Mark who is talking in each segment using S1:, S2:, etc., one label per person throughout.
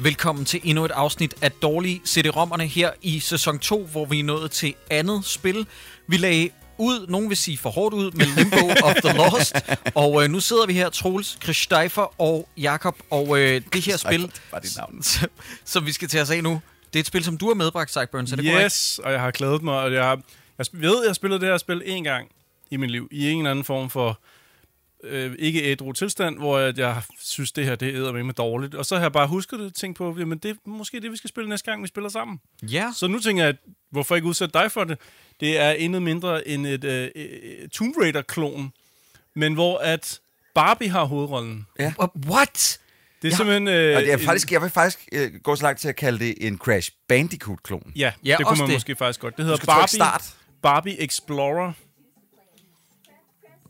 S1: Velkommen til endnu et afsnit af Dårlige CD-rommerne her i sæson 2, hvor vi er nået til andet spil. Vi lagde ud, nogen vil sige for hårdt ud, med Limbo of the Lost. Og øh, nu sidder vi her, Troels, Christoffer og Jakob og øh, det her spil,
S2: Bare dit navn.
S1: som, som vi skal tage os af nu, det er et spil, som du har medbragt, Sideburn, så det går ikke.
S3: yes, og jeg har glædet mig, og jeg, har, jeg sp- ved, jeg spillede det her spil en gang i mit liv, i en eller anden form for øh, ikke ædru tilstand, hvor jeg, jeg synes, det her det er med dårligt. Og så har jeg bare husket det og tænkt på, jamen det er måske det, vi skal spille næste gang, vi spiller sammen.
S1: Ja,
S3: Så nu tænker jeg, at hvorfor ikke udsætte dig for det? Det er endnu mindre end et øh, øh, Tomb Raider-klon, men hvor at Barbie har hovedrollen.
S1: Wh- what? Ja.
S3: Det er ja. simpelthen... Øh,
S2: Og det er
S3: en-
S2: faktisk, jeg vil faktisk øh, gå så langt til at kalde det en Crash Bandicoot-klon.
S3: Ja,
S1: Ja,
S3: ja
S1: også
S3: det kunne man
S1: det.
S3: det. måske faktisk godt. Det hedder
S2: skal trykke
S3: Barbie,
S2: start.
S3: Barbie Explorer.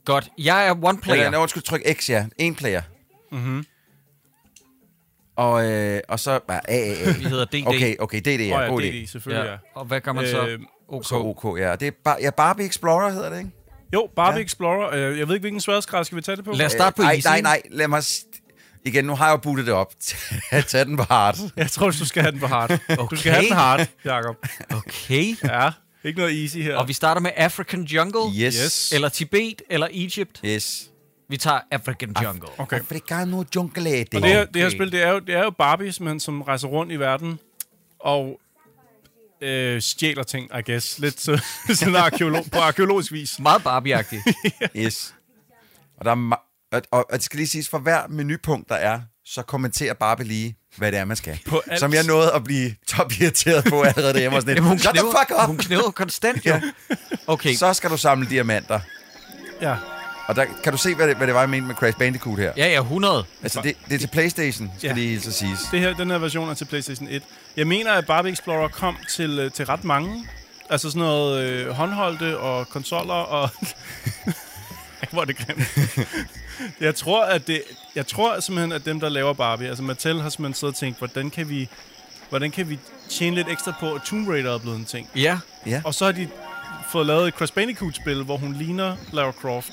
S1: Godt, jeg er one
S2: Eller, nej,
S1: player.
S2: undskyld, tryk X, ja. En player. Mm-hmm. Og, øh, og så bare AAA.
S1: Vi hedder DD.
S2: Okay, okay, DD,
S3: Åh
S2: ja. God
S3: ja, DD,
S2: idé.
S3: selvfølgelig, ja.
S1: Og hvad gør man så?
S3: Øh,
S1: Okay.
S2: Så OK, ja. Det er bar- ja, Barbie Explorer hedder det, ikke?
S3: Jo, Barbie ja. Explorer. Øh, Jeg ved ikke, hvilken sværdesgrad skal vi tage det på?
S1: Lad os starte på
S2: Øh, nej,
S1: easy.
S2: nej, nej, lad mig... St- igen, nu har jeg jo bootet det op. Tag den på hard.
S3: Jeg tror, du skal have den på hard. okay. Du
S1: Okay.
S3: skal have den hard, Jacob.
S1: Okay.
S3: Ja, ikke noget easy her.
S1: Og vi starter med African Jungle.
S2: Yes.
S3: Yes.
S1: Eller Tibet, eller Egypt.
S2: Yes.
S1: Vi tager African Jungle.
S3: okay.
S2: Africano jungle
S3: Og det her,
S2: det.
S3: det her spil, det er jo, det er jo Barbie, som, som rejser rundt i verden og øh, stjæler ting, I guess. Lidt så, sådan arkeolog, på arkeologisk vis.
S1: Meget Barbie-agtigt.
S2: Yes. Og, der er ma- og, og, og det skal lige siges, for hver menupunkt, der er, så kommenterer Barbie lige, hvad det er, man skal.
S3: På alt.
S2: Som jeg nåede at blive top irriteret på allerede derhjemme. Og sådan
S1: Jamen, hun
S2: lidt, Shut the fuck
S1: knæver,
S2: up!
S1: hun knæver konstant, jo. Okay,
S2: Så skal du samle diamanter.
S3: Ja.
S2: Og der kan du se, hvad det, hvad det var, jeg mente med Crash Bandicoot her.
S1: ja, ja, 100.
S2: Altså, det, det er til Playstation, skal
S3: Ja.
S2: lige hilse at siges.
S3: Det her, den her version er til PlayStation 1. Jeg mener, at Barbie Explorer kom til, øh, til ret mange. Altså sådan noget øh, håndholdte og konsoller og... Ej, Hvor er det grimt. jeg tror, at det, jeg tror simpelthen, at dem, der laver Barbie, altså Mattel har simpelthen siddet og tænkt, hvordan kan vi, hvordan kan vi tjene lidt ekstra på, at Tomb Raider er blevet en ting.
S1: Ja,
S3: Og så har de fået lavet et Crash Bandicoot-spil, hvor hun ligner Lara Croft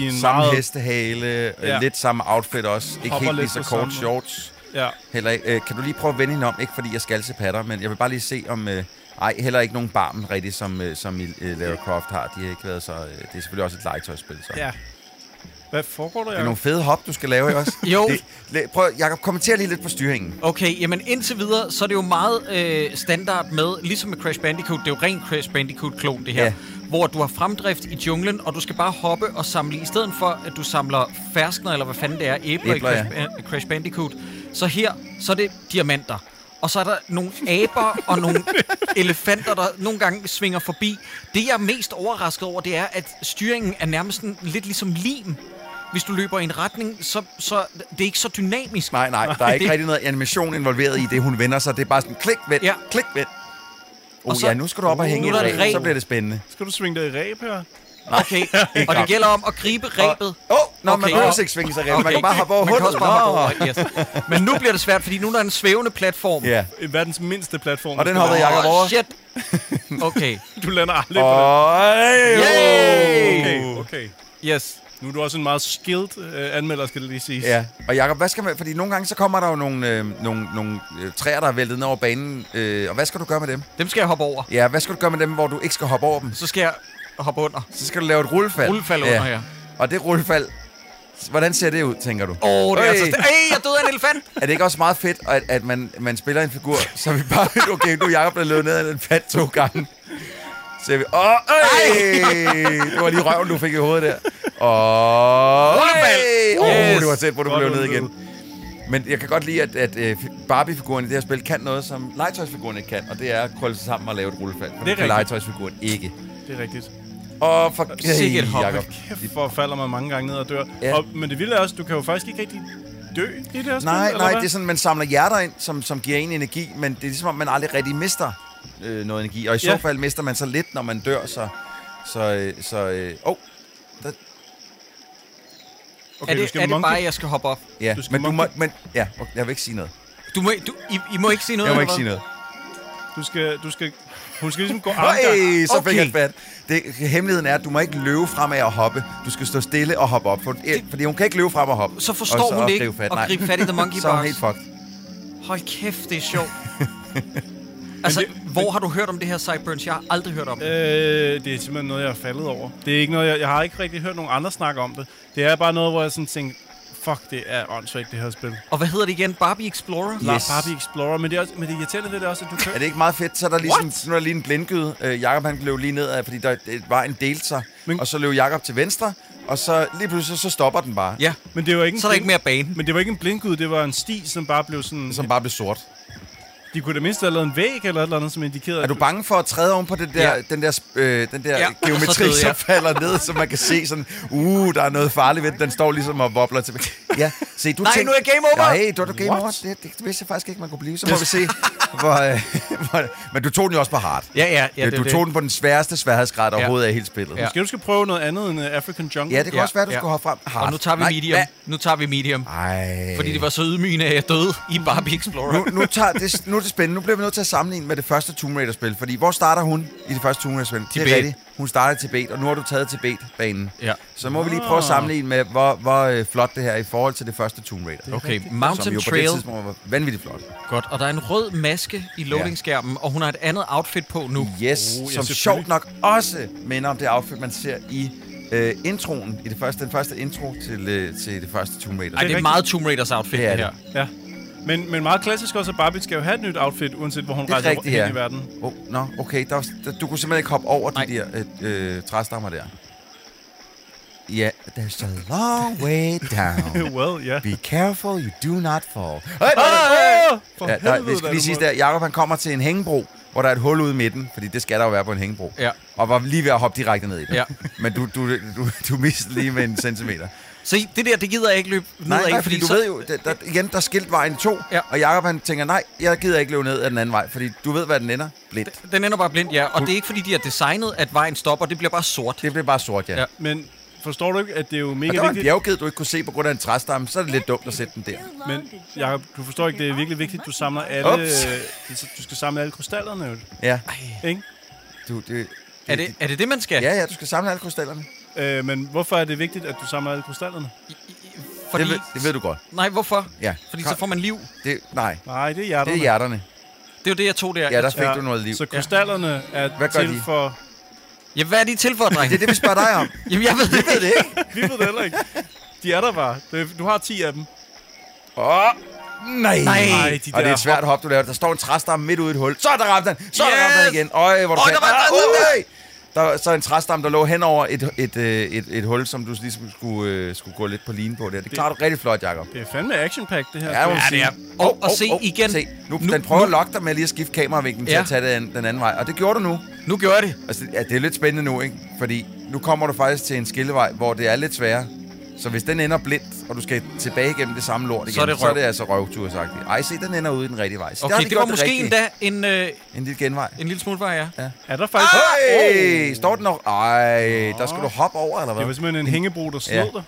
S3: i en
S2: Samme
S3: meget...
S2: hestehale, ja.
S3: Ja.
S2: lidt samme outfit også. Ikke
S3: Hopper
S2: helt lige
S3: lidt
S2: så
S3: på
S2: kort
S3: samme-
S2: shorts.
S3: Ja.
S2: Heller ikke, øh, kan du lige prøve at vende hende om? Ikke fordi jeg skal til patter, men jeg vil bare lige se om... Øh, ej, heller ikke nogen barmen rigtig, som, øh, som I, øh, Lara Croft har. De har ikke været så... Øh, det er selvfølgelig også et legetøjsspil, så.
S3: ja. Hvad foregår der?
S2: Det er
S3: Jacob?
S2: nogle fede hop, du skal lave, ikke også?
S1: Jo.
S2: Det, la- prøv, Jacob, kommenter lige lidt på styringen.
S1: okay. Jamen indtil videre, så er det jo meget øh, standard med, ligesom med Crash Bandicoot, det er jo ren Crash Bandicoot-klon, det her.
S2: Ja.
S1: Hvor du har fremdrift i junglen, og du skal bare hoppe og samle. I stedet for, at du samler ferskner, eller hvad fanden det er, æbler,
S2: Æbler,
S1: i Crash, ja. Crash Bandicoot, så her, så er det diamanter. Og så er der nogle aber og nogle elefanter, der nogle gange svinger forbi. Det, jeg er mest overrasket over, det er, at styringen er nærmest sådan lidt ligesom lim. Hvis du løber i en retning, så, så det er ikke så dynamisk.
S2: Nej, nej, der er ikke
S1: det-
S2: rigtig noget animation involveret i det, hun vender sig. Det er bare sådan, klik, vent,
S1: Ja.
S2: ja. klik, vent. Oh,
S1: så-
S2: ja, nu skal du op og hænge
S1: nu er der
S2: i
S1: et
S2: ræ.
S1: reb.
S2: Så bliver det spændende.
S3: Skal du svinge dig i ræb her?
S1: Okay, og det gælder om at gribe rebet.
S2: Åh, oh, nå,
S1: Okay.
S2: man behøver ikke svinge sig rent. Man
S1: Okay.
S2: kan bare hoppe over
S1: Man kan også bare hoppe
S2: Nå.
S1: over, yes. Men nu bliver det svært, fordi nu er der en svævende platform.
S2: Ja,
S3: I Øh, verdens mindste platform.
S2: og den hoppede Jacob
S1: Åh,
S2: over.
S1: shit. Okay,
S3: Du lander aldrig på
S2: Øj,
S3: den.
S1: Yay!
S3: Okay, okay.
S1: yes.
S3: Nu er du også en meget skilled øh, anmelder, skal det lige siges.
S2: Ja, og Jacob, hvad skal man... Fordi nogle gange, så kommer der jo nogle, øh, nogle, nogle øh, træer, der er væltet ned over banen. Øh, og hvad skal du gøre med dem?
S1: Dem skal jeg hoppe over.
S2: Ja, hvad skal du gøre med dem, hvor du ikke skal hoppe over dem?
S1: Så skal jeg hoppe under.
S2: Så skal du lave et rullefald.
S1: Rullefald under, ja.
S2: Og det rullefald... Hvordan ser det ud, tænker du?
S1: Åh, oh, det er
S2: Øj.
S1: altså... Ej, jeg døde af en elefant!
S2: Er det ikke også meget fedt, at, at man, man spiller en figur, så vi bare... ved, Okay, nu er Jacob blevet løbet ned af den fat to gange. Så ser vi... Åh, oh, Det var lige røven, du fik i hovedet der. Åh,
S1: Rullefald.
S2: Åh,
S1: Yes.
S2: det var tæt på, du
S3: Godt
S2: blev ned
S3: ude.
S2: igen. Men jeg kan godt lide, at, at øh, Barbie-figuren i det her spil kan noget, som legetøjsfiguren ikke kan, og det er at krølle sig sammen og lave et rullefald. For det kan
S3: rigtigt.
S2: legetøjsfiguren ikke.
S3: Det er rigtigt.
S2: Og for
S1: Sikke et hop.
S2: Jacob.
S3: Kæft, hvor falder man mange gange ned og dør.
S2: Ja.
S3: Ja. Og, men det vilde er også, du kan jo faktisk ikke rigtig dø i det her spil,
S2: Nej,
S3: eller
S2: nej,
S3: hvad?
S2: det er sådan, man samler hjerter ind, som, som giver en energi, men det er ligesom, om man aldrig rigtig mister øh, noget energi. Og i så
S3: Ja.
S2: fald mister man så lidt, når man dør, så... Så... øh, så øh, oh, der,
S3: Okay,
S1: er
S3: du
S1: det,
S3: skal
S1: er det
S3: monkey.
S1: bare, jeg skal hoppe op?
S2: ja.
S3: Du skal
S2: men du må,
S3: monkey.
S2: men, ja, okay, jeg vil ikke sige noget.
S1: Du må, du, I, I må ikke sige noget,
S2: Jeg må ikke
S1: eller
S2: sige
S1: hvad?
S2: noget.
S3: Du skal, du skal, hun skal ligesom gå armgang.
S2: Øj, så okay. fik
S1: Okay.
S2: han fat. Det, hemmeligheden er, at du må ikke løbe fremad og hoppe. Du skal stå stille og hoppe op. For, det, fordi hun kan ikke løbe frem og hoppe.
S1: Så forstår
S2: og
S1: hun det
S2: gribe
S1: ikke, og
S2: Nej.
S1: gribe fat i the monkey
S2: Så er hun
S1: bars.
S2: helt fucked.
S1: Hold kæft, det er sjovt. altså, det, hvor har du hørt om det her Sideburns? Jeg har aldrig hørt om det.
S3: Øh, det er simpelthen noget, jeg er faldet over. Det er ikke noget, jeg, jeg har ikke rigtig hørt nogen andre snakke om det. Det er bare noget, hvor jeg sådan tænkte, fuck, det er åndssvagt, det her spil. Yes.
S1: Og hvad hedder det igen? Barbie Explorer?
S3: Lars Barbie Explorer, men det er, også, men det irriterende ved det er også, at du kan...
S2: Er det ikke meget fedt? Så er der lige, sådan, nu er der lige en blindgyde. Øh, Jakob han løb lige nedad, fordi der, det, vejen delte sig.
S3: Men-
S2: Men... Og så løb Jakob til venstre, og så lige pludselig så stopper den bare.
S1: Ja,
S3: Men det var ikke en
S1: så er der ikke
S3: blind-
S1: mere bane.
S3: Men det var ikke en blindgud, det var en sti, som bare blev sådan...
S2: Som bare blev sort.
S3: De kunne da mindst have lavet en væg eller et eller andet, som indikerede...
S2: Er du bange for at træde oven på den der,
S1: Ja.
S2: ja. den der, sp- øh, den der
S1: Ja,
S2: ja.
S1: og så
S2: geometri,
S1: døde
S2: som
S1: jeg.
S2: falder ned, så man kan se sådan, uh, der er noget farligt ved den. Den står ligesom og wobler tilbage. Ja, se, du
S1: Nej,
S2: tænkte,
S1: nu er game over.
S2: Nej, du er du game
S3: What?
S2: over. Det, det, vidste jeg faktisk ikke, man kunne blive. Så må vi se, hvor, øh, hvor, Men du tog den jo også på hard.
S1: Ja, ja, ja.
S2: Ja, du tog den på den sværeste sværhedsgrad overhovedet af hele spillet.
S1: Ja.
S2: Ja,
S3: Skal du skal prøve noget andet end øh, African Jungle?
S2: ja det kan
S1: Ja,
S2: også være, du
S1: ja.
S2: skulle hoppe frem hard.
S1: Og nu tager vi
S2: Ah, Nej,
S1: medium.
S2: hvad?
S1: Nu tager vi medium.
S2: Ej.
S1: Fordi det var så ydmygende, at jeg døde i Barbie Explorer.
S2: nu, nu, tager, det, nu er det spændende. Nu bliver vi nødt til at sammenligne med det første Tomb Raider-spil. Fordi hvor starter hun i det første Tomb Raider-spil? Det
S1: Tibet.
S2: er rigtigt. Hun starter i Tibet, og nu har du taget Tibet-banen.
S1: Ja.
S2: Så må vi lige prøve at sammenligne med, hvor, hvor øh, flot det her er i forhold til det første Tomb Raider.
S1: Okay,
S2: Som
S1: Mountain
S2: jo på det
S1: Trail.
S2: tidspunkt var vanvittigt flot.
S1: Godt, og der er en rød maske i loadingskærmen, og hun har et andet outfit på nu.
S2: Yes, oh,
S3: Oh, ja,
S2: som
S3: selvfølgelig.
S2: sjovt nok også minder om det outfit, man ser i øh, introen. I det første, den første intro til, øh, til det første Tomb Raider.
S1: Ej, det er
S3: rigtigt.
S1: meget Tomb Raiders outfit,
S2: Det er
S1: det her.
S2: det.
S3: Ja. Men, men meget klassisk også, at Barbie skal jo have et nyt outfit, uanset hvor hun
S2: det er
S3: rejser
S2: rigtigt,
S3: hen
S2: ja.
S3: i verden.
S2: Oh, nå, okay. Der, var s- der, du kunne simpelthen ikke hoppe over
S1: Nej.
S2: de der øh, øh, træstammer der. Ja, yeah, there's a long way down.
S3: well, ja.
S2: Be careful, you do not fall.
S3: Ah, for
S2: Ja, der, vi
S3: helvede,
S2: skal
S3: da,
S2: lige
S3: du
S2: sige
S3: må-
S2: der, Jacob han kommer til en hængebro, hvor der er et hul ude i midten, fordi det skal der jo være på en hængebro.
S1: Ja.
S2: Og var lige ved at hoppe direkte ned i det.
S1: Ja.
S2: Men du, du, du, du mistede lige med en centimeter.
S1: Se, det der, det gider jeg ikke løbe ned
S2: Nej,
S1: af,
S2: nej, fordi du
S1: så,
S2: ved jo, der, der, igen, der skilt vejen i to,
S1: Ja.
S2: og Jacob han tænker, nej, jeg gider ikke løbe ned ad den anden vej, fordi du ved, hvad den ender. Blidt.
S1: den ender bare blind, ja. Og det er ikke, fordi de har designet, at vejen stopper. Det bliver bare sort.
S2: Det blev bare sort, ja.
S1: Ja.
S2: ja.
S3: Men forstår du ikke, at det er jo
S2: Og
S3: mega
S2: der var en
S3: vigtigt?
S2: bjergged, du ikke kunne se på grund af en træstamme, så er det lidt dumt at sætte den der.
S3: Men Jacob, du forstår ikke, det er virkelig vigtigt, at du samler alle...
S2: Ups.
S3: øh, Du skal samle alle krystallerne, jo.
S2: Ja,
S3: ikke?
S2: du, det,
S1: Er det er det, det, man skal?
S2: Ja, ja, du skal samle alle krystallerne.
S3: Øh, men hvorfor er det vigtigt, at du samler alle krystallerne?
S1: Fordi,
S2: Det ved, det ved du godt.
S1: Nej, hvorfor?
S2: Ja.
S1: Fordi så får man liv.
S2: Det, nej,
S3: Nej, det er hjerterne.
S2: det er hjerterne.
S1: Det er jo det, jeg tog der.
S2: Ja, der fik du noget liv.
S3: Så krystallerne er
S2: Hvad gør
S3: til
S2: de?
S3: for...
S1: Ja, hvad er de til for, dreng?
S2: Det er det, vi spørger dig om.
S1: Jamen, jeg ved det
S2: Det er det ikke.
S3: Vi ved det heller ikke. De er der bare. Det- Du har 10 af dem.
S2: Åh, nej.
S1: Nej.
S3: Ej, de
S2: og det
S3: der
S2: er et svært hop, du laver. Der står en træstamme midt ude i et hul. Så er der ramt den. Så er
S1: Yes.
S2: der ramt den igen. Øj, hvor du
S1: Åh,
S2: kan.
S1: der var
S2: Ah,
S1: den
S2: øj. Der var så en træstamme, der lå hen over et, et, et, et, et hul, som du ligesom skulle, øh, skulle gå lidt på line på der. Det klarer du rigtig flot, Jacob.
S3: Det er fandme action pack det her.
S2: Ja, må man
S1: Ja, det
S2: sige.
S1: er. Og- og se igen.
S2: Se. Nu,
S1: Nu-
S2: den prøver
S1: nu-
S2: at lokke dig med lige at skifte kameravinklen
S1: Ja.
S2: til at tage den, den anden vej. Og det gjorde du nu.
S1: Nu gjorde jeg det.
S2: Altså, ja, det er lidt spændende nu, ikke? Fordi nu kommer du faktisk til en skillevej, hvor det er lidt sværere. Så hvis den ender blindt, og du skal tilbage gennem det samme lort igen,
S1: Så er det
S2: så er
S1: røv.
S2: det altså røvtur, sagt. Ej, se, den ender ude i den rigtige vej. Så der har
S1: Okay,
S2: de
S1: det var
S2: gjort
S1: måske
S2: rigtige.
S1: endda en, øh,
S2: En lille genvej.
S1: en lille smule vej, ja.
S3: Er der faktisk...
S2: Hey! Står den nok? Ej, der skal du hoppe over, eller hvad?
S3: Det var simpelthen en hængebro, der snød
S2: Ja.
S3: dig.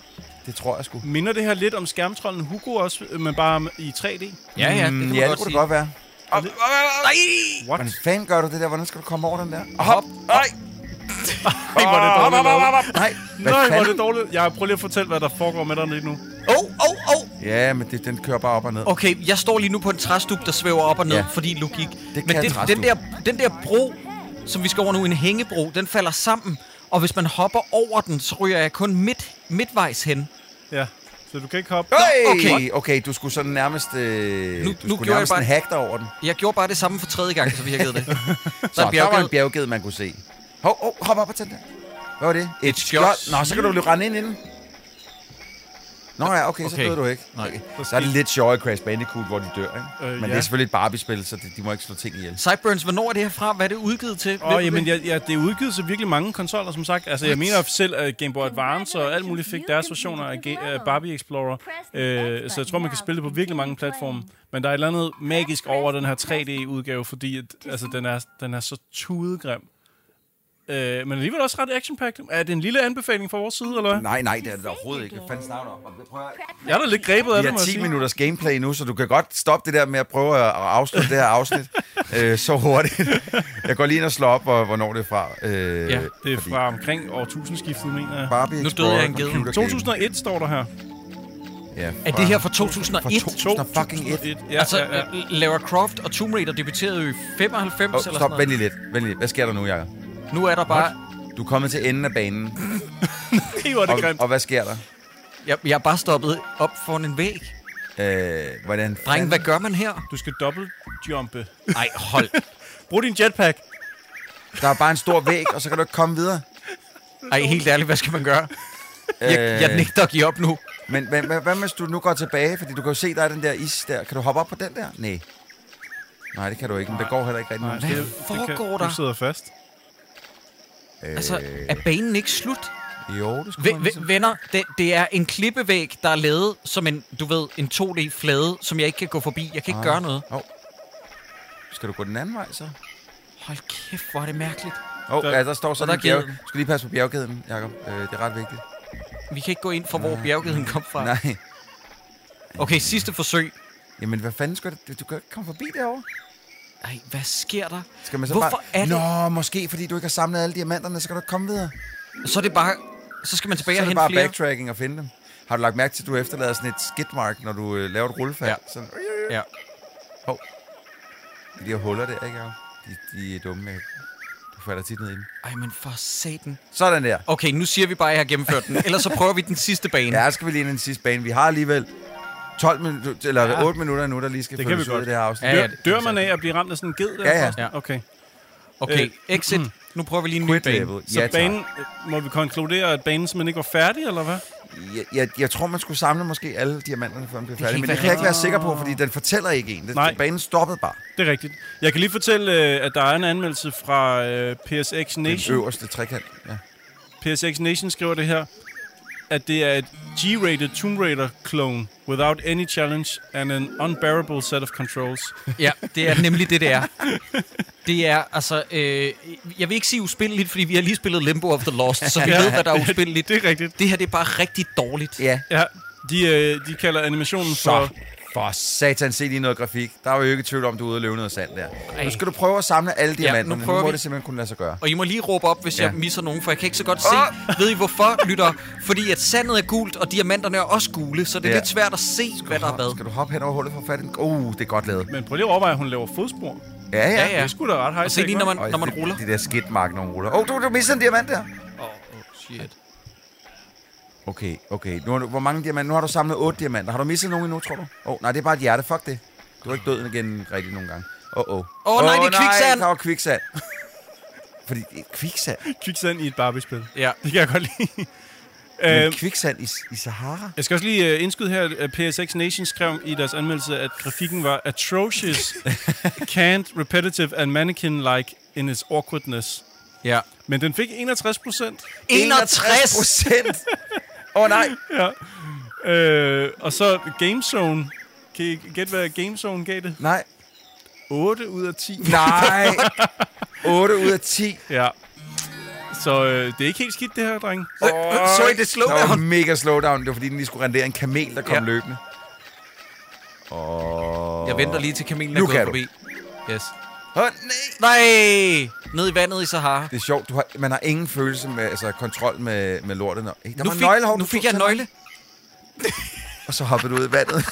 S2: Det tror jeg sgu.
S3: Minder det her lidt om skærmtrollen Hugo også, øh, men bare i 3D?
S1: Ja, ja, det kan
S2: Mm,
S1: man
S2: ja, det
S1: godt
S2: kunne det
S1: sige.
S2: godt være.
S1: Nej!
S3: What?
S2: Hvordan fanden gør du det der? Hvordan skal du komme over den der? Hop!
S1: Hop.
S2: Nej!
S3: Ej, hvor er det dårligt lavet.
S2: Nej, hvad
S3: Nej, hvor er
S2: fanden?
S3: det dårligt. Jeg prøver lige at fortælle, hvad der foregår med dig lige nu.
S1: Oh, oh, oh.
S2: Ja, men det, den kører bare op og ned.
S1: Okay, jeg står lige nu på en træstup, der svæver op og ned, ja.
S2: Ja.
S1: fordi logik.
S2: kan
S1: Men
S2: en
S1: den,
S2: træstup.
S1: den, der, den der bro, som vi skal over nu, en hængebro, den falder sammen. Og hvis man hopper over den, så ryger jeg kun midt, midtvejs hen.
S3: Ja, så du kan ikke hoppe.
S1: Nå, okay.
S2: Okay, okay, du skulle sådan nærmest... Øh,
S1: Nu-
S2: du
S1: nu
S2: skulle
S1: gjorde jeg
S2: nærmest
S1: bare-
S2: en hack dig over den.
S1: Jeg gjorde bare det samme for tredje gang, så virkede det.
S2: Så, der var
S1: bjergged.
S2: en bjergged, man kunne se. Hov, hov, hop op og tænd der. Hvad var det?
S1: Et skjold.
S2: Nå, så kan du lige rende ind inden. Nå ja, okay, okay. så
S1: Okay.
S2: døde du ikke.
S1: Nej.
S2: Okay. Så er det lidt sjovt i Crash Bandicoot, hvor de dør, ikke?
S3: Øh,
S2: Øh, Men
S3: ja.
S2: det er selvfølgelig et Barbie-spil, så det, de må ikke slå ting ihjel.
S1: Sideburns, hvornår er det her fra? Hvad er det udgivet til? Ved
S3: Åh,
S1: du
S3: oh, jamen,
S1: det?
S3: ja, ja, det er udgivet til virkelig mange konsoller, som sagt. Altså, jeg mener selv, at Game Boy Advance og alt muligt fik deres versioner af Ge- af Barbie Explorer. Øh, så jeg tror, man kan spille det på virkelig mange platforme. Men der er et eller andet magisk over den her 3D-udgave, fordi at, altså, den, er, den er så tudegrim. Øh, men alligevel også ret action -packed. Er det en lille anbefaling fra vores side, eller hvad?
S2: Nej, nej, det er det overhovedet ikke. Hvad fanden snakker du om? Prøv at...
S3: Jeg er da lidt grebet af
S2: Vi
S3: det, må
S2: har
S3: jeg
S2: 10
S3: sige.
S2: minutters gameplay nu, så du kan godt stoppe det der med at prøve at afslutte det her afsnit øh, så hurtigt. Jeg går lige ind og slår op, hvor- hvornår det er fra. Øh,
S1: Ja,
S3: Det er
S2: fordi
S3: fra omkring årtusindskiftet, mener jeg.
S2: Barbie
S1: Nu døde
S2: Explorer
S1: jeg en gedde.
S2: computer game.
S3: 2001 står der her.
S2: Ja,
S1: at det her fra 2001.
S2: Fra to- Tusind fucking et.
S3: Ja,
S1: altså,
S3: altså, ja, ja.
S1: Lara Croft og Tomb Raider debuterede jo i 95
S2: Oh,
S1: eller
S2: stop,
S1: sådan
S2: vent lige lidt. Vent lige lidt. Hvad sker der nu, Jacob?
S1: noget. Nu er der bare...
S2: Du er kommet til enden af banen.
S3: Det var det
S2: Og,
S3: grimt.
S2: og hvad sker der?
S1: Jeg, jeg er bare stoppet op foran en væg.
S2: Øh, hvordan...
S1: Dreng, hvad gør man her?
S3: Du skal dobbeltjumpe.
S1: Nej, hold.
S3: Brug din jetpack.
S2: Der er bare en stor væg, og så kan du ikke komme videre.
S1: Ej, helt ærligt, hvad skal man gøre? Jeg, jeg nægter at give op nu.
S2: Øh, Men hvad, hvad, hvad hvis du nu går tilbage? Fordi du kan jo se, der er den der is der. Kan du hoppe op på den der? Nej. Nej, det kan du ikke, men det går heller ikke rigtig.
S3: Nej,
S2: Nej.
S1: Hvad foregår der?
S3: Du sidder fast.
S2: Øh,
S1: Altså, er banen ikke slut?
S2: Jo, det skulle
S1: V-
S2: man ligesom.
S1: v- venner, det, det er en klippevæg, der er lavet som en, du ved, en 2D-flade, som jeg ikke kan gå forbi. Jeg kan ikke gøre noget.
S2: Oh. Skal du gå den anden vej, så?
S1: Hold kæft, hvor er det mærkeligt.
S2: Åh, oh,
S3: Der-
S2: ja, der står sådan
S1: der
S2: der
S1: er
S2: en bjerg.
S1: kæden.
S2: Du skal lige passe på bjergkæden, Jacob. Øh, det er ret vigtigt.
S1: Vi kan ikke gå ind for, hvor bjerggeden kom fra.
S2: Nej.
S1: Okay, sidste forsøg.
S2: Jamen, hvad fanden skal du... Du kan ikke komme forbi derovre.
S1: Ej, hvad sker der?
S2: Skal man så
S1: Hvorfor
S2: bare...
S1: er det-
S2: Nå, måske fordi du ikke har samlet alle diamanterne, så kan du ikke komme videre.
S1: Så er det bare... Så skal man tilbage
S2: så
S1: og
S2: er det
S1: hente
S2: bare
S1: flere.
S2: backtracking og finde dem. Har du lagt mærke til, at du efterlader sådan et skidmark, når du øh, laver et rullefald?
S1: Ja.
S2: Ja. Sådan,
S1: Ja.
S2: Hov. De der huller der, ikke? Jacob? De, de er dumme. Jacob. Du falder tit ned i dem.
S1: Ej, men for satan.
S2: Sådan der.
S1: Okay, nu siger vi bare, at jeg har gennemført den. Ellers så prøver vi den sidste bane.
S2: Ja, så skal vi lige ind i den sidste bane. Vi har alligevel 12 minutter, eller
S3: Ja.
S2: ja. 8 minutter nu, der lige skal
S3: Det kan
S2: følges
S3: vi
S2: ud
S3: godt.
S2: af det her afsnit.
S1: Ja,
S3: Dør,
S1: ja,
S2: det-
S3: dør man af at blive ramt af sådan en ged?
S2: Ja, ja.
S3: Der,
S1: Ja.
S3: Okay.
S1: Okay,
S3: Øh,
S1: exit. Nu prøver vi lige en ny
S2: mm. Quit
S1: bane.
S2: level.
S3: Så
S2: Ja,
S3: ja,
S2: tak.
S3: banen, må vi konkludere, at banen simpelthen ikke var færdig, eller hvad?
S2: Jeg, jeg, jeg tror, man skulle samle måske alle diamanterne, før man bliver
S1: kan
S2: færdig.
S1: ikke
S2: Men det
S1: være
S2: kan jeg ikke være sikker på, fordi den fortæller ikke en. Det,
S3: Nej.
S2: Banen stoppede bare.
S3: Det er rigtigt. Jeg kan lige fortælle, øh, at der er en anmeldelse fra øh, PSX
S2: Den
S3: Nation.
S2: øverste trekant. Ja.
S3: PSX Nation skriver det her, at det er et G-rated Tomb Raider-clone without any challenge and an unbearable set of controls.
S1: Ja, det er nemlig det, det er. Det er, altså... Øh, jeg vil ikke sige uspilleligt, fordi vi har lige spillet Limbo of the Lost, så vi ved, hvad der er uspilleligt.
S3: Det er rigtigt.
S1: Det her, det er bare rigtig dårligt.
S2: ja.
S3: Ja, de, øh, de kalder animationen
S2: Så
S3: for...
S2: for satan, se lige noget grafik. Der var jo ikke i tvivl om, du er ude og løbe noget sand der. Ej. Nu skal du prøve at samle alle diamanterne. nu,
S1: prøver
S2: må
S1: vi.
S2: det simpelthen kunne lade sig gøre.
S1: Og I må lige råbe op, hvis ja.
S2: Ja. Ah!
S1: jeg misser nogen, for jeg kan ikke så godt se.
S2: Åh!
S1: Ved I hvorfor, lytter? Fordi at sandet er gult, og diamanterne er også gule, så det er ja.
S2: Ja.
S1: lidt svært at se, skal hvad der er hvad.
S2: Skal du hoppe hen over hullet for at fatte den? Uh, det er godt lavet.
S3: Men prøv lige at overveje, at hun laver fodspor.
S2: Ja, ja.
S1: Ja,
S3: Ja. Det er sgu da ret high
S1: Og se lige, når man,
S2: Øj,
S1: når man
S2: det-
S1: ruller.
S2: Det der skidtmark, når man ruller. Åh, oh, du, du mistede en diamant der.
S1: Åh, oh, shit.
S2: Okay, okay. Nu har du, hvor mange diamanter? Nu har du samlet 8 diamanter. Har du mistet nogen endnu, tror du? Åh, oh, nej, det er bare et hjerte. Fuck det. Du er ikke død igen rigtig nogle gange. Åh, oh, åh. Oh.
S1: Åh, nej, det er kviksand!
S2: der var kviksand. Fordi eh, kviksand?
S3: Kviksand i et Barbie-spil.
S1: Ja.
S3: Det kan jeg godt lide.
S2: Men
S3: Øhm,
S2: kviksand i, i Sahara?
S3: jeg skal også lige øh, indskyde her, at PSX Nation skrev i deres anmeldelse, at grafikken var atrocious, canned, repetitive and mannequin-like in its awkwardness.
S1: Ja.
S3: Men den fik 61 procent.
S1: 61!
S2: procent! Åh, oh, nej.
S3: Øh, og så GameZone. Kan I gætte, hvad GameZone gav det?
S2: Nej.
S3: 8 ud af 10.
S2: Nej. 8 ud af 10.
S3: Ja. Så øh, det er ikke helt skidt, det her, dreng.
S2: Oh,
S1: sorry, det er slowdown.
S2: Det var mega slowdown. Det var fordi, den lige skulle rendere en kamel, der kom
S1: Ja.
S2: ja. løbende. Åh.
S1: Jeg venter lige til kamelen er
S2: Nu
S1: gået
S2: kan du.
S1: forbi. Yes.
S2: Åh, nej.
S1: Nej! Ned i vandet i Sahara.
S2: Det er sjovt. Du har, man har ingen følelse med altså, kontrol med, med lortet. Nå, Hey, der
S1: Nu
S2: var en
S1: fik,
S2: nøglehov,
S1: nu
S2: du
S1: fik
S2: tog
S1: jeg en
S2: tænder,
S1: nøgle.
S2: Og så hoppede du ud i vandet.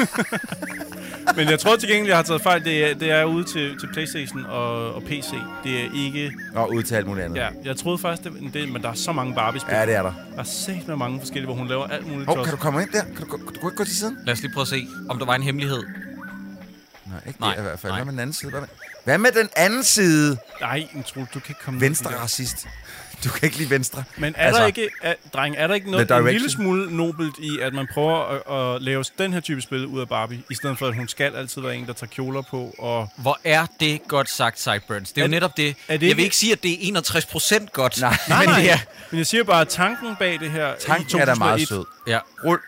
S3: Men jeg tror til gengæld, jeg har taget fejl. Det er, det er ude til, til Playstation og, og PC. Det er ikke...
S2: og ud til alt muligt andet.
S3: Ja, jeg troede faktisk, det, men det, men der er så mange Barbie-spil.
S2: ja det er der.
S3: Der er set med mange forskellige, hvor hun laver alt muligt.
S2: Hov,
S3: tosset.
S2: kan du komme ind der? Kan du, gå- du kan ikke gå til siden?
S1: Lad os lige prøve at se, om der var en hemmelighed.
S2: Nej, ikke
S1: Nej,
S2: det i hvert fald.
S1: nej.
S2: Hvad med den anden side? Hvad med, hvad med den anden side?
S3: Nej, men Troels, du kan ikke komme...
S2: Venstre
S3: ned i det.
S2: racist. Du kan ikke lide venstre.
S3: Men er
S2: Altså-
S3: altså, der ikke, er, dreng, er der ikke noget,
S2: The
S3: en lille
S2: direction.
S3: smule nobelt i, at man prøver at, at lave den her type spil ud af Barbie, i stedet for, at hun skal altid være en, der tager kjoler på, og
S1: Hvor er det godt sagt, Sideburns. Det er jo
S3: Er-
S1: netop det.
S3: er det
S1: Jeg vil
S3: ikke-
S1: ikke sige, at det er 61 procent godt.
S2: Nej.
S3: Nej,
S1: men
S3: nej.
S1: det er...
S3: Men jeg siger bare, at tanken bag det her... i
S2: Tanken er da meget
S3: 2001,
S2: sød.
S1: Ja.
S2: Rul,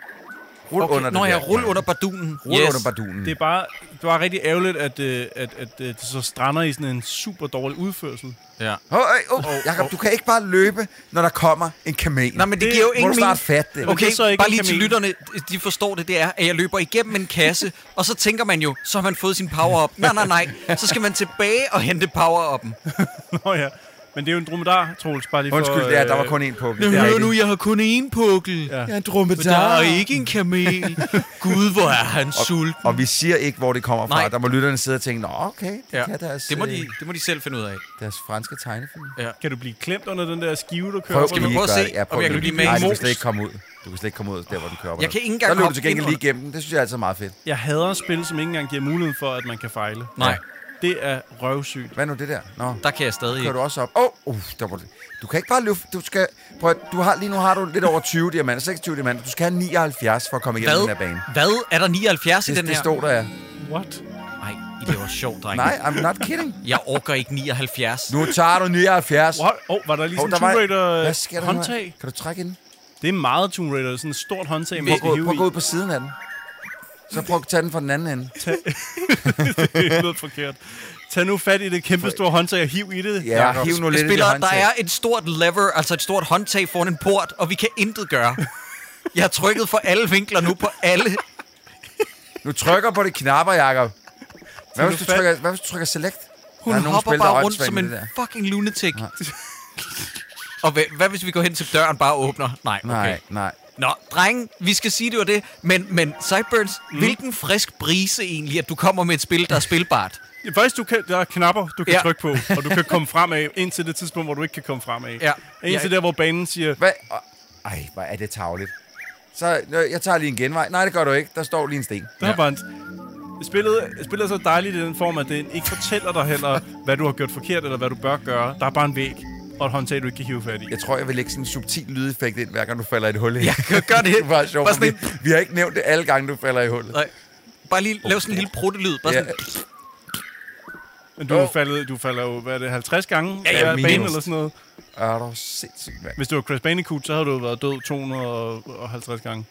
S2: rul
S1: Okay.
S2: under
S1: Nå,
S2: det
S1: jeg
S2: der.
S1: ruller under bardunen.
S2: Rul
S1: yes.
S2: under bardunen.
S3: Det er bare, det var rigtig ærgerligt, at, øh, at, at, at det så strander i sådan en super dårlig udførsel.
S1: Ja.
S2: Hov, øj, oh, Jakob, du kan ikke bare løbe, når der kommer en kamel.
S1: Nej, men det,
S3: Det
S1: giver jo
S2: må du
S1: ingen
S2: snart
S1: mening.
S2: fatte det.
S1: Okay,
S3: Det er så
S1: så
S3: ikke
S1: bare
S3: en
S1: lige til
S3: kamel.
S1: lytterne, de forstår det, det er, at jeg løber igennem en kasse, og så tænker man jo, så har man fået sin power-up. Nej, nej, nej. Så skal man tilbage og hente power-up'en.
S3: Nå ja. Men det er jo en dromedar, Troels, bare lige for...
S2: Undskyld, ja, der var
S3: øh,
S2: kun én pukkel.
S1: Jeg
S2: Det er
S1: hører nu,
S2: rigtigt.
S1: jeg har kun én pukkel.
S3: Ja.
S1: Ja.
S2: Jeg er en
S1: Der er
S2: dromedar.
S1: ikke en kamel. Gud, hvor er han sulten.
S2: Og vi siger ikke, hvor det kommer fra.
S1: Nej.
S2: Der må lytterne sidde og tænke, nå okay, det ja. kan deres,
S1: det, må
S2: øh,
S1: de, det må de selv finde ud af.
S2: deres franske tegnefilm.
S3: Kan du blive klemt under den der skive, du kører?
S2: Prøv
S3: op
S1: Skal vi
S2: lige
S3: under?
S1: prøve
S2: at
S1: at
S2: gøre
S1: se,
S2: det. Ja, prøv
S1: om jeg
S2: lige.
S1: kan blive med i
S2: Nej, du kan
S1: mos?
S2: slet ikke komme ud. Du kan slet ikke komme ud der, hvor den kører op.
S1: Jeg kan ikke engang
S2: Der løber du
S1: hoppe
S2: til gengæld
S1: ind
S2: lige igennem. Det synes jeg altså er meget fedt.
S3: Jeg hader spil, som ikke engang giver mulighed for, at man kan fejle.
S1: Nej,
S3: Det er røvsygt.
S2: Hvad er nu det der? Nå,
S1: der kan jeg stadig
S2: kører
S1: ikke.
S2: du også op. Åh, oh, uh, der var det. Du kan ikke bare løfte. Du skal... Prøv, at- du har, lige nu har du lidt over 20 diamanter, 26 diamanter. Du skal have 79 for at komme igennem
S1: Hvad?
S2: den her bane.
S1: Hvad? Er der 79 i
S2: Det,
S1: den
S2: det
S1: her?
S2: stod der, ja.
S3: What?
S1: Nej, I laver sjov, drenge.
S2: Nej, I'm not kidding.
S1: Jeg orker ikke 79.
S2: Nu tager du 79.
S3: What? Oh, var der lige
S2: Hov,
S3: sådan en Tomb Raider
S2: Hvad sker der nu her?
S3: håndtag?
S2: Kan du trække ind?
S3: Det er meget Tomb Raider. Sådan et stort håndtag,
S2: Prøv
S3: man
S2: at gå,
S3: skal
S2: prøv
S3: hive
S2: at gå ud på siden af den. Så prøv at tage den fra den anden ende.
S3: i. Det lyder forkert. Tag nu fat i det kæmpe store håndtag og hiv i det.
S2: Ja,
S3: Jakob.
S2: hiv nu
S1: Jeg
S2: lidt i det
S1: spiller, der
S2: håndtag.
S1: er et stort lever, altså et stort håndtag foran en port, og vi kan intet gøre. Jeg har trykket for alle vinkler nu på alle.
S2: Du trykker på de knapper, Jacob. Hvad hvis
S3: du
S2: du
S3: fat-
S2: trykker, hvad hvis du trykker select?
S1: Hun
S2: Der er nogle
S1: hopper
S2: spil, der er
S1: bare rundt
S2: åndssvage
S1: som
S2: med
S1: en
S2: det der.
S1: fucking lunatic. Og hvad, hvad hvis vi går hen til døren bare og åbner? Nej, okay.
S2: Nej, nej.
S1: Nå, drenge, vi skal sige, det var det. Men, men Sideburns, mm. hvilken frisk brise egentlig, at du kommer med et spil, der er spilbart.
S3: Faktisk, du kan, der er knapper, du kan ja.
S1: Ja.
S3: trykke på, og du kan komme fremad indtil det tidspunkt, hvor du ikke kan komme fremad.
S1: Ja.
S3: Indtil
S1: Ja.
S3: der, hvor banen siger,
S2: Hvad? Åh, Ej, hvor er det tavligt. Så nå, jeg tager lige en genvej. Nej, det gør du ikke. Der står lige en sten.
S3: der ja. var en... Spillet, spillet er så dejligt i den form, at det ikke fortæller dig heller, hvad du har gjort forkert, eller hvad du bør gøre. Der er bare en væg og et håndtag, du ikke kan hive fat i.
S2: Jeg tror, jeg vil lægge sådan en subtil lydeffekt ind, hver gang du falder i et hul. Ja,
S1: gør det.
S2: det var sjovt.
S1: Bare sådan
S2: fordi Vi har ikke nævnt det alle gange, du falder i hullet.
S1: Nej. Bare lige lav sådan en lille pruttelyd. Bare
S2: Ja,
S1: sådan,
S3: Men du, oh.
S2: Åh.
S3: faldet, du falder jo, hvad er det, 50 gange?
S2: Ja, ja,
S3: hver bane
S2: minimum.
S3: eller sådan noget.
S2: er du sindssygt, mand.
S3: Hvis du var Crash Bandicoot, så havde du jo været død 250 gange.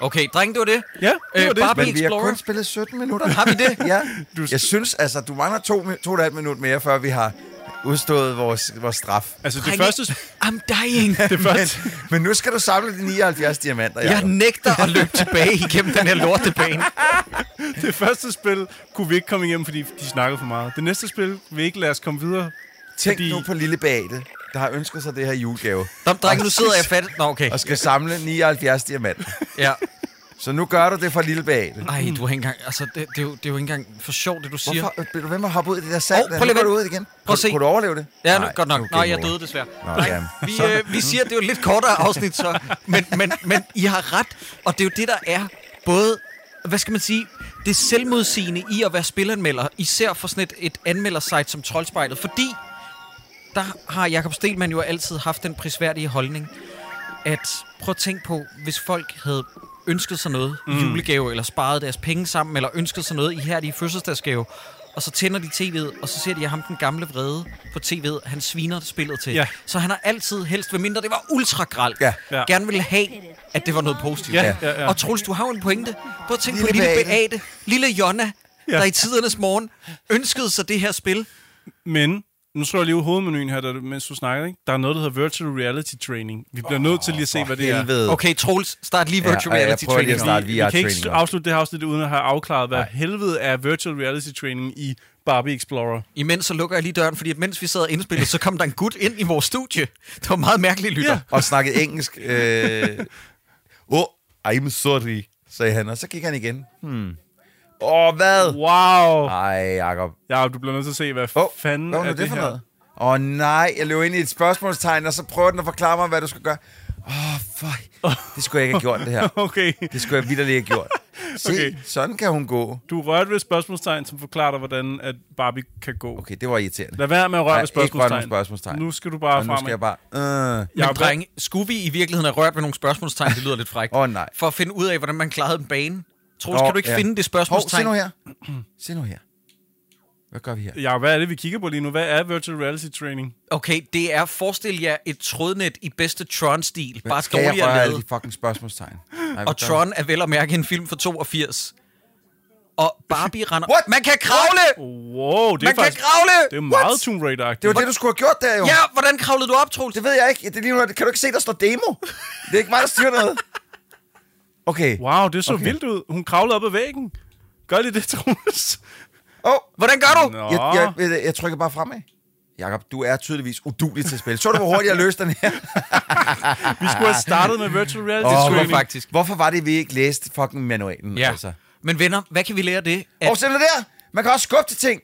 S1: okay, drenge, det var det.
S3: Ja, det
S1: Øh,
S3: var det.
S1: Barbie-
S2: Men vi har
S1: Explorer.
S2: kun spillet 17 minutter.
S1: Har vi det?
S2: Ja.
S3: Du-
S2: Jeg synes, altså, du mangler to, mi- to og et halvt minut mere, før vi har udstået vores, vores straf.
S3: Altså, det
S1: Drenge,
S3: første...
S1: I'm dying.
S3: Det første...
S2: Men nu skal du samle de 79 diamanter,
S1: Jeg
S2: Jacob.
S1: nægter at løbe tilbage igennem den her lortebane.
S3: Det første spil kunne vi ikke komme igennem, fordi de snakkede for meget. Det næste spil vil ikke lade os komme videre.
S2: Tænk fordi...
S3: Fordi-
S2: nu på lille Beate, der har ønsket sig det her julegave,
S1: Nå, drenge, nu sidder jeg fat. Nå, okay.
S2: og skal samle 79 diamanter.
S1: Ja.
S2: Så nu gør du det for lille Beate.
S1: Ej, du har ikke engang... Altså, det, det, er jo, det er jo ikke engang for sjovt, det du siger.
S2: Hvorfor bliver du ved med at hoppe ud i det der sand?
S1: Åh,
S2: Oh,
S1: prøv lige
S2: prøv
S1: at
S2: du
S1: vente.
S2: ud igen.
S1: Prøv at se.
S2: Kunne du overleve det?
S1: Ja, nu, godt nok.
S2: nu er
S1: Nej,
S2: game
S1: jeg
S2: over.
S1: døde desværre.
S2: Nå,
S1: Nej,
S2: jamen.
S1: vi, øh, vi siger, at det er jo et lidt kortere afsnit, så. Men, men, men I har ret, og det er jo det, der er både... Hvad skal man sige? Det selvmodsigende i at være spilanmelder, især for sådan et, et anmeldersite som Troldspejlet, fordi der har Jakob Stelman jo altid haft den prisværdige holdning, at prøv at tænke på, hvis folk havde ønsket sig noget mm. julegave, eller sparet deres penge sammen, eller ønsket sig noget i her i fødselsdagsgave, og så tænder de tv'et, og så ser de at ham den gamle vrede på tv'et, han sviner spillet til.
S3: Ja.
S1: Så han har altid helst, ved mindre det var ultra gral,
S2: Ja.
S3: Ja.
S1: gerne ville have, at det var noget positivt.
S3: Ja, ja, ja.
S1: Og Troels, du har jo en pointe. Prøv at tænke
S2: Lille
S1: på lille
S2: Beate.
S1: Beate, lille Jonna,
S3: Ja.
S1: ja. der i tidernes morgen ønskede sig det her spil.
S3: Men, nu slår jeg lige ud hovedmenuen her, der, mens du snakker, ikke? Der er noget, der hedder Virtual Reality Training. Vi bliver oh, nødt til lige at se, hvad det er.
S2: Helvede.
S1: Okay, Troels, start lige
S2: Ja,
S1: virtual
S2: og jeg
S1: reality
S2: prøver lige at
S1: training.
S2: starte
S3: Vi, vi
S2: VR
S3: kan ikke
S2: training
S3: s-
S2: op.
S3: afslutte det her afsnit, uden at have afklaret, hvad helvede er Virtual Reality Training i Barbie Explorer.
S1: Imens så lukker jeg lige døren, fordi at mens vi sad og indspillede, så kom der en gut ind i vores studie. Det var meget mærkeligt, lytter.
S3: Ja.
S1: Ja.
S2: Og snakkede engelsk. Øh... Oh, I'm sorry, sagde han, og så gik han igen. Hmm. Åh, oh, hvad?
S3: Wow!
S2: Ej, Jacob.
S3: Ja, du bliver nødt til at se, hvad
S2: Åh,
S3: oh, fanden
S2: hvad var
S3: er
S2: nu
S3: det,
S2: det for
S3: her?
S2: noget? Åh oh, nej, jeg løb ind i et spørgsmålstegn, og så prøver den at forklare mig, hvad du skal gøre. Åh, oh, fuck. Det skulle jeg ikke have gjort, det her.
S3: Okay,
S2: Det skulle jeg vitterligt ikke have gjort. Se,
S3: Okay.
S2: okay. sådan kan hun gå.
S3: du rørte ved et spørgsmålstegn, som forklarer dig, hvordan at Barbie kan gå. Okay.
S2: Okay, det var irriterende.
S3: Lad være med at røre
S2: Nej,
S3: ved
S2: ikke røre
S3: spørgsmålstegn.
S2: nogen spørgsmålstegn.
S3: Nu skal du bare
S2: Og nu
S3: frem.
S2: skal jeg bare... Øh,
S1: Men
S3: Jacob,
S1: drenge, skulle vi i virkeligheden have rørt ved nogle spørgsmålstegn? Det lyder lidt frækt.
S2: Øh. Åh, nej.
S1: For at finde ud af, hvordan man klarede en bane. Troels,
S2: Nå,
S1: kan du ikke
S2: ja.
S1: ja. finde det
S2: hov, se
S1: spørgsmålstegn? Øh,
S2: nu her. Se nu her. Hvad gør vi her?
S3: Ja, hvad er det, vi kigger på lige nu? Hvad er virtual reality training?
S1: okay, det er, forestil jer et trådnet i bedste Tron-stil. Bare
S2: skal jeg
S1: dårligere
S2: røre alle
S1: lavet.
S2: de fucking spørgsmålstegn? Nej,
S1: Og Tron er vel at mærke en film fra 82. Og Barbie render...
S2: What?
S1: Man kan kravle!
S3: Wow, det er
S1: Man kan
S3: faktisk...
S1: kravle!
S3: Det er
S2: What?
S3: meget Tomb Raider-agtigt.
S2: Det var det, du skulle have gjort der, jo.
S1: Ja, hvordan kravlede du op, Troels?
S2: Det ved jeg ikke. Det er lige nu, kan du ikke se, der står demo? Det er ikke mig, der styrer noget. Okay. Åh,
S3: Wow, det så okay.
S2: Okay.
S3: vildt ud. Hun kravlede op ad væggen. Gør lige det, Troels.
S2: oh,
S1: Hvordan gør du?
S3: Nå.
S2: jeg, jeg, jeg, jeg trykker bare fremad. Jakob, du er tydeligvis udulig til at spille. Så du, hvor hurtigt jeg løste den her?
S3: Vi skulle have startet med virtual reality
S1: Åh,
S3: oh,
S1: hvor
S3: training.
S1: fuck. faktisk.
S2: Hvorfor var det, vi ikke læste fucking manualen?
S1: Ja.
S2: Altså?
S1: Men venner, hvad kan vi lære af det? At,
S2: Og se nu der! Man kan også skubbe til ting.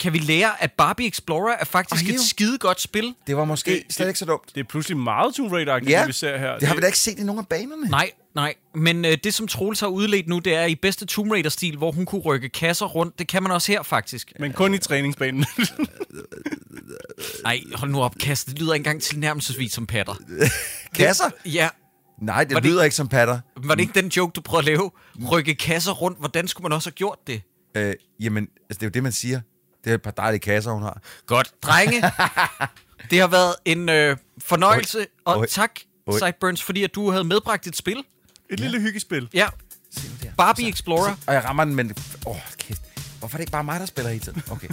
S1: Kan vi lære, at Barbie Explorer er faktisk
S2: Ej,
S1: et
S2: jo.
S1: skide godt spil?
S2: Det var måske
S3: Det-
S2: det, slet ikke så dumt.
S3: Det er pludselig meget Tomb Raider-agtigt,
S2: Ja,
S3: det vi ser her.
S2: det har vi da ikke set i nogen af banerne.
S1: Nej, nej. Men øh, det, som Troels har udledt nu, det er i bedste Tomb Raider-stil, hvor hun kunne rykke kasser rundt. Det kan man også her, faktisk.
S3: Men kun i træningsbanen.
S1: Nej, hold nu op, kast. Det lyder ikke engang tilnærmelsesvis som patter.
S2: Kasser?
S1: Ja,
S2: Nej, det
S1: Var det-
S2: lyder ikke som patter.
S1: var det ikke den joke, du prøvede at lave? Rykke kasser rundt. Hvordan skulle man også have gjort det?
S2: Øh, jamen, altså, det er jo det, man siger. Det er et par dejlige kasser, hun har.
S1: Godt, drenge. det har været en øh, fornøjelse, og
S2: Oj.
S1: tak,
S2: Oj.
S1: Sideburns, fordi at du havde medbragt et spil.
S3: Et lille hyggespil.
S1: Ja, Barbie Explorer.
S2: Og jeg rammer den, men... Åh, oh, kæft. Hvorfor er det ikke bare mig, der spiller hele tiden? Okay.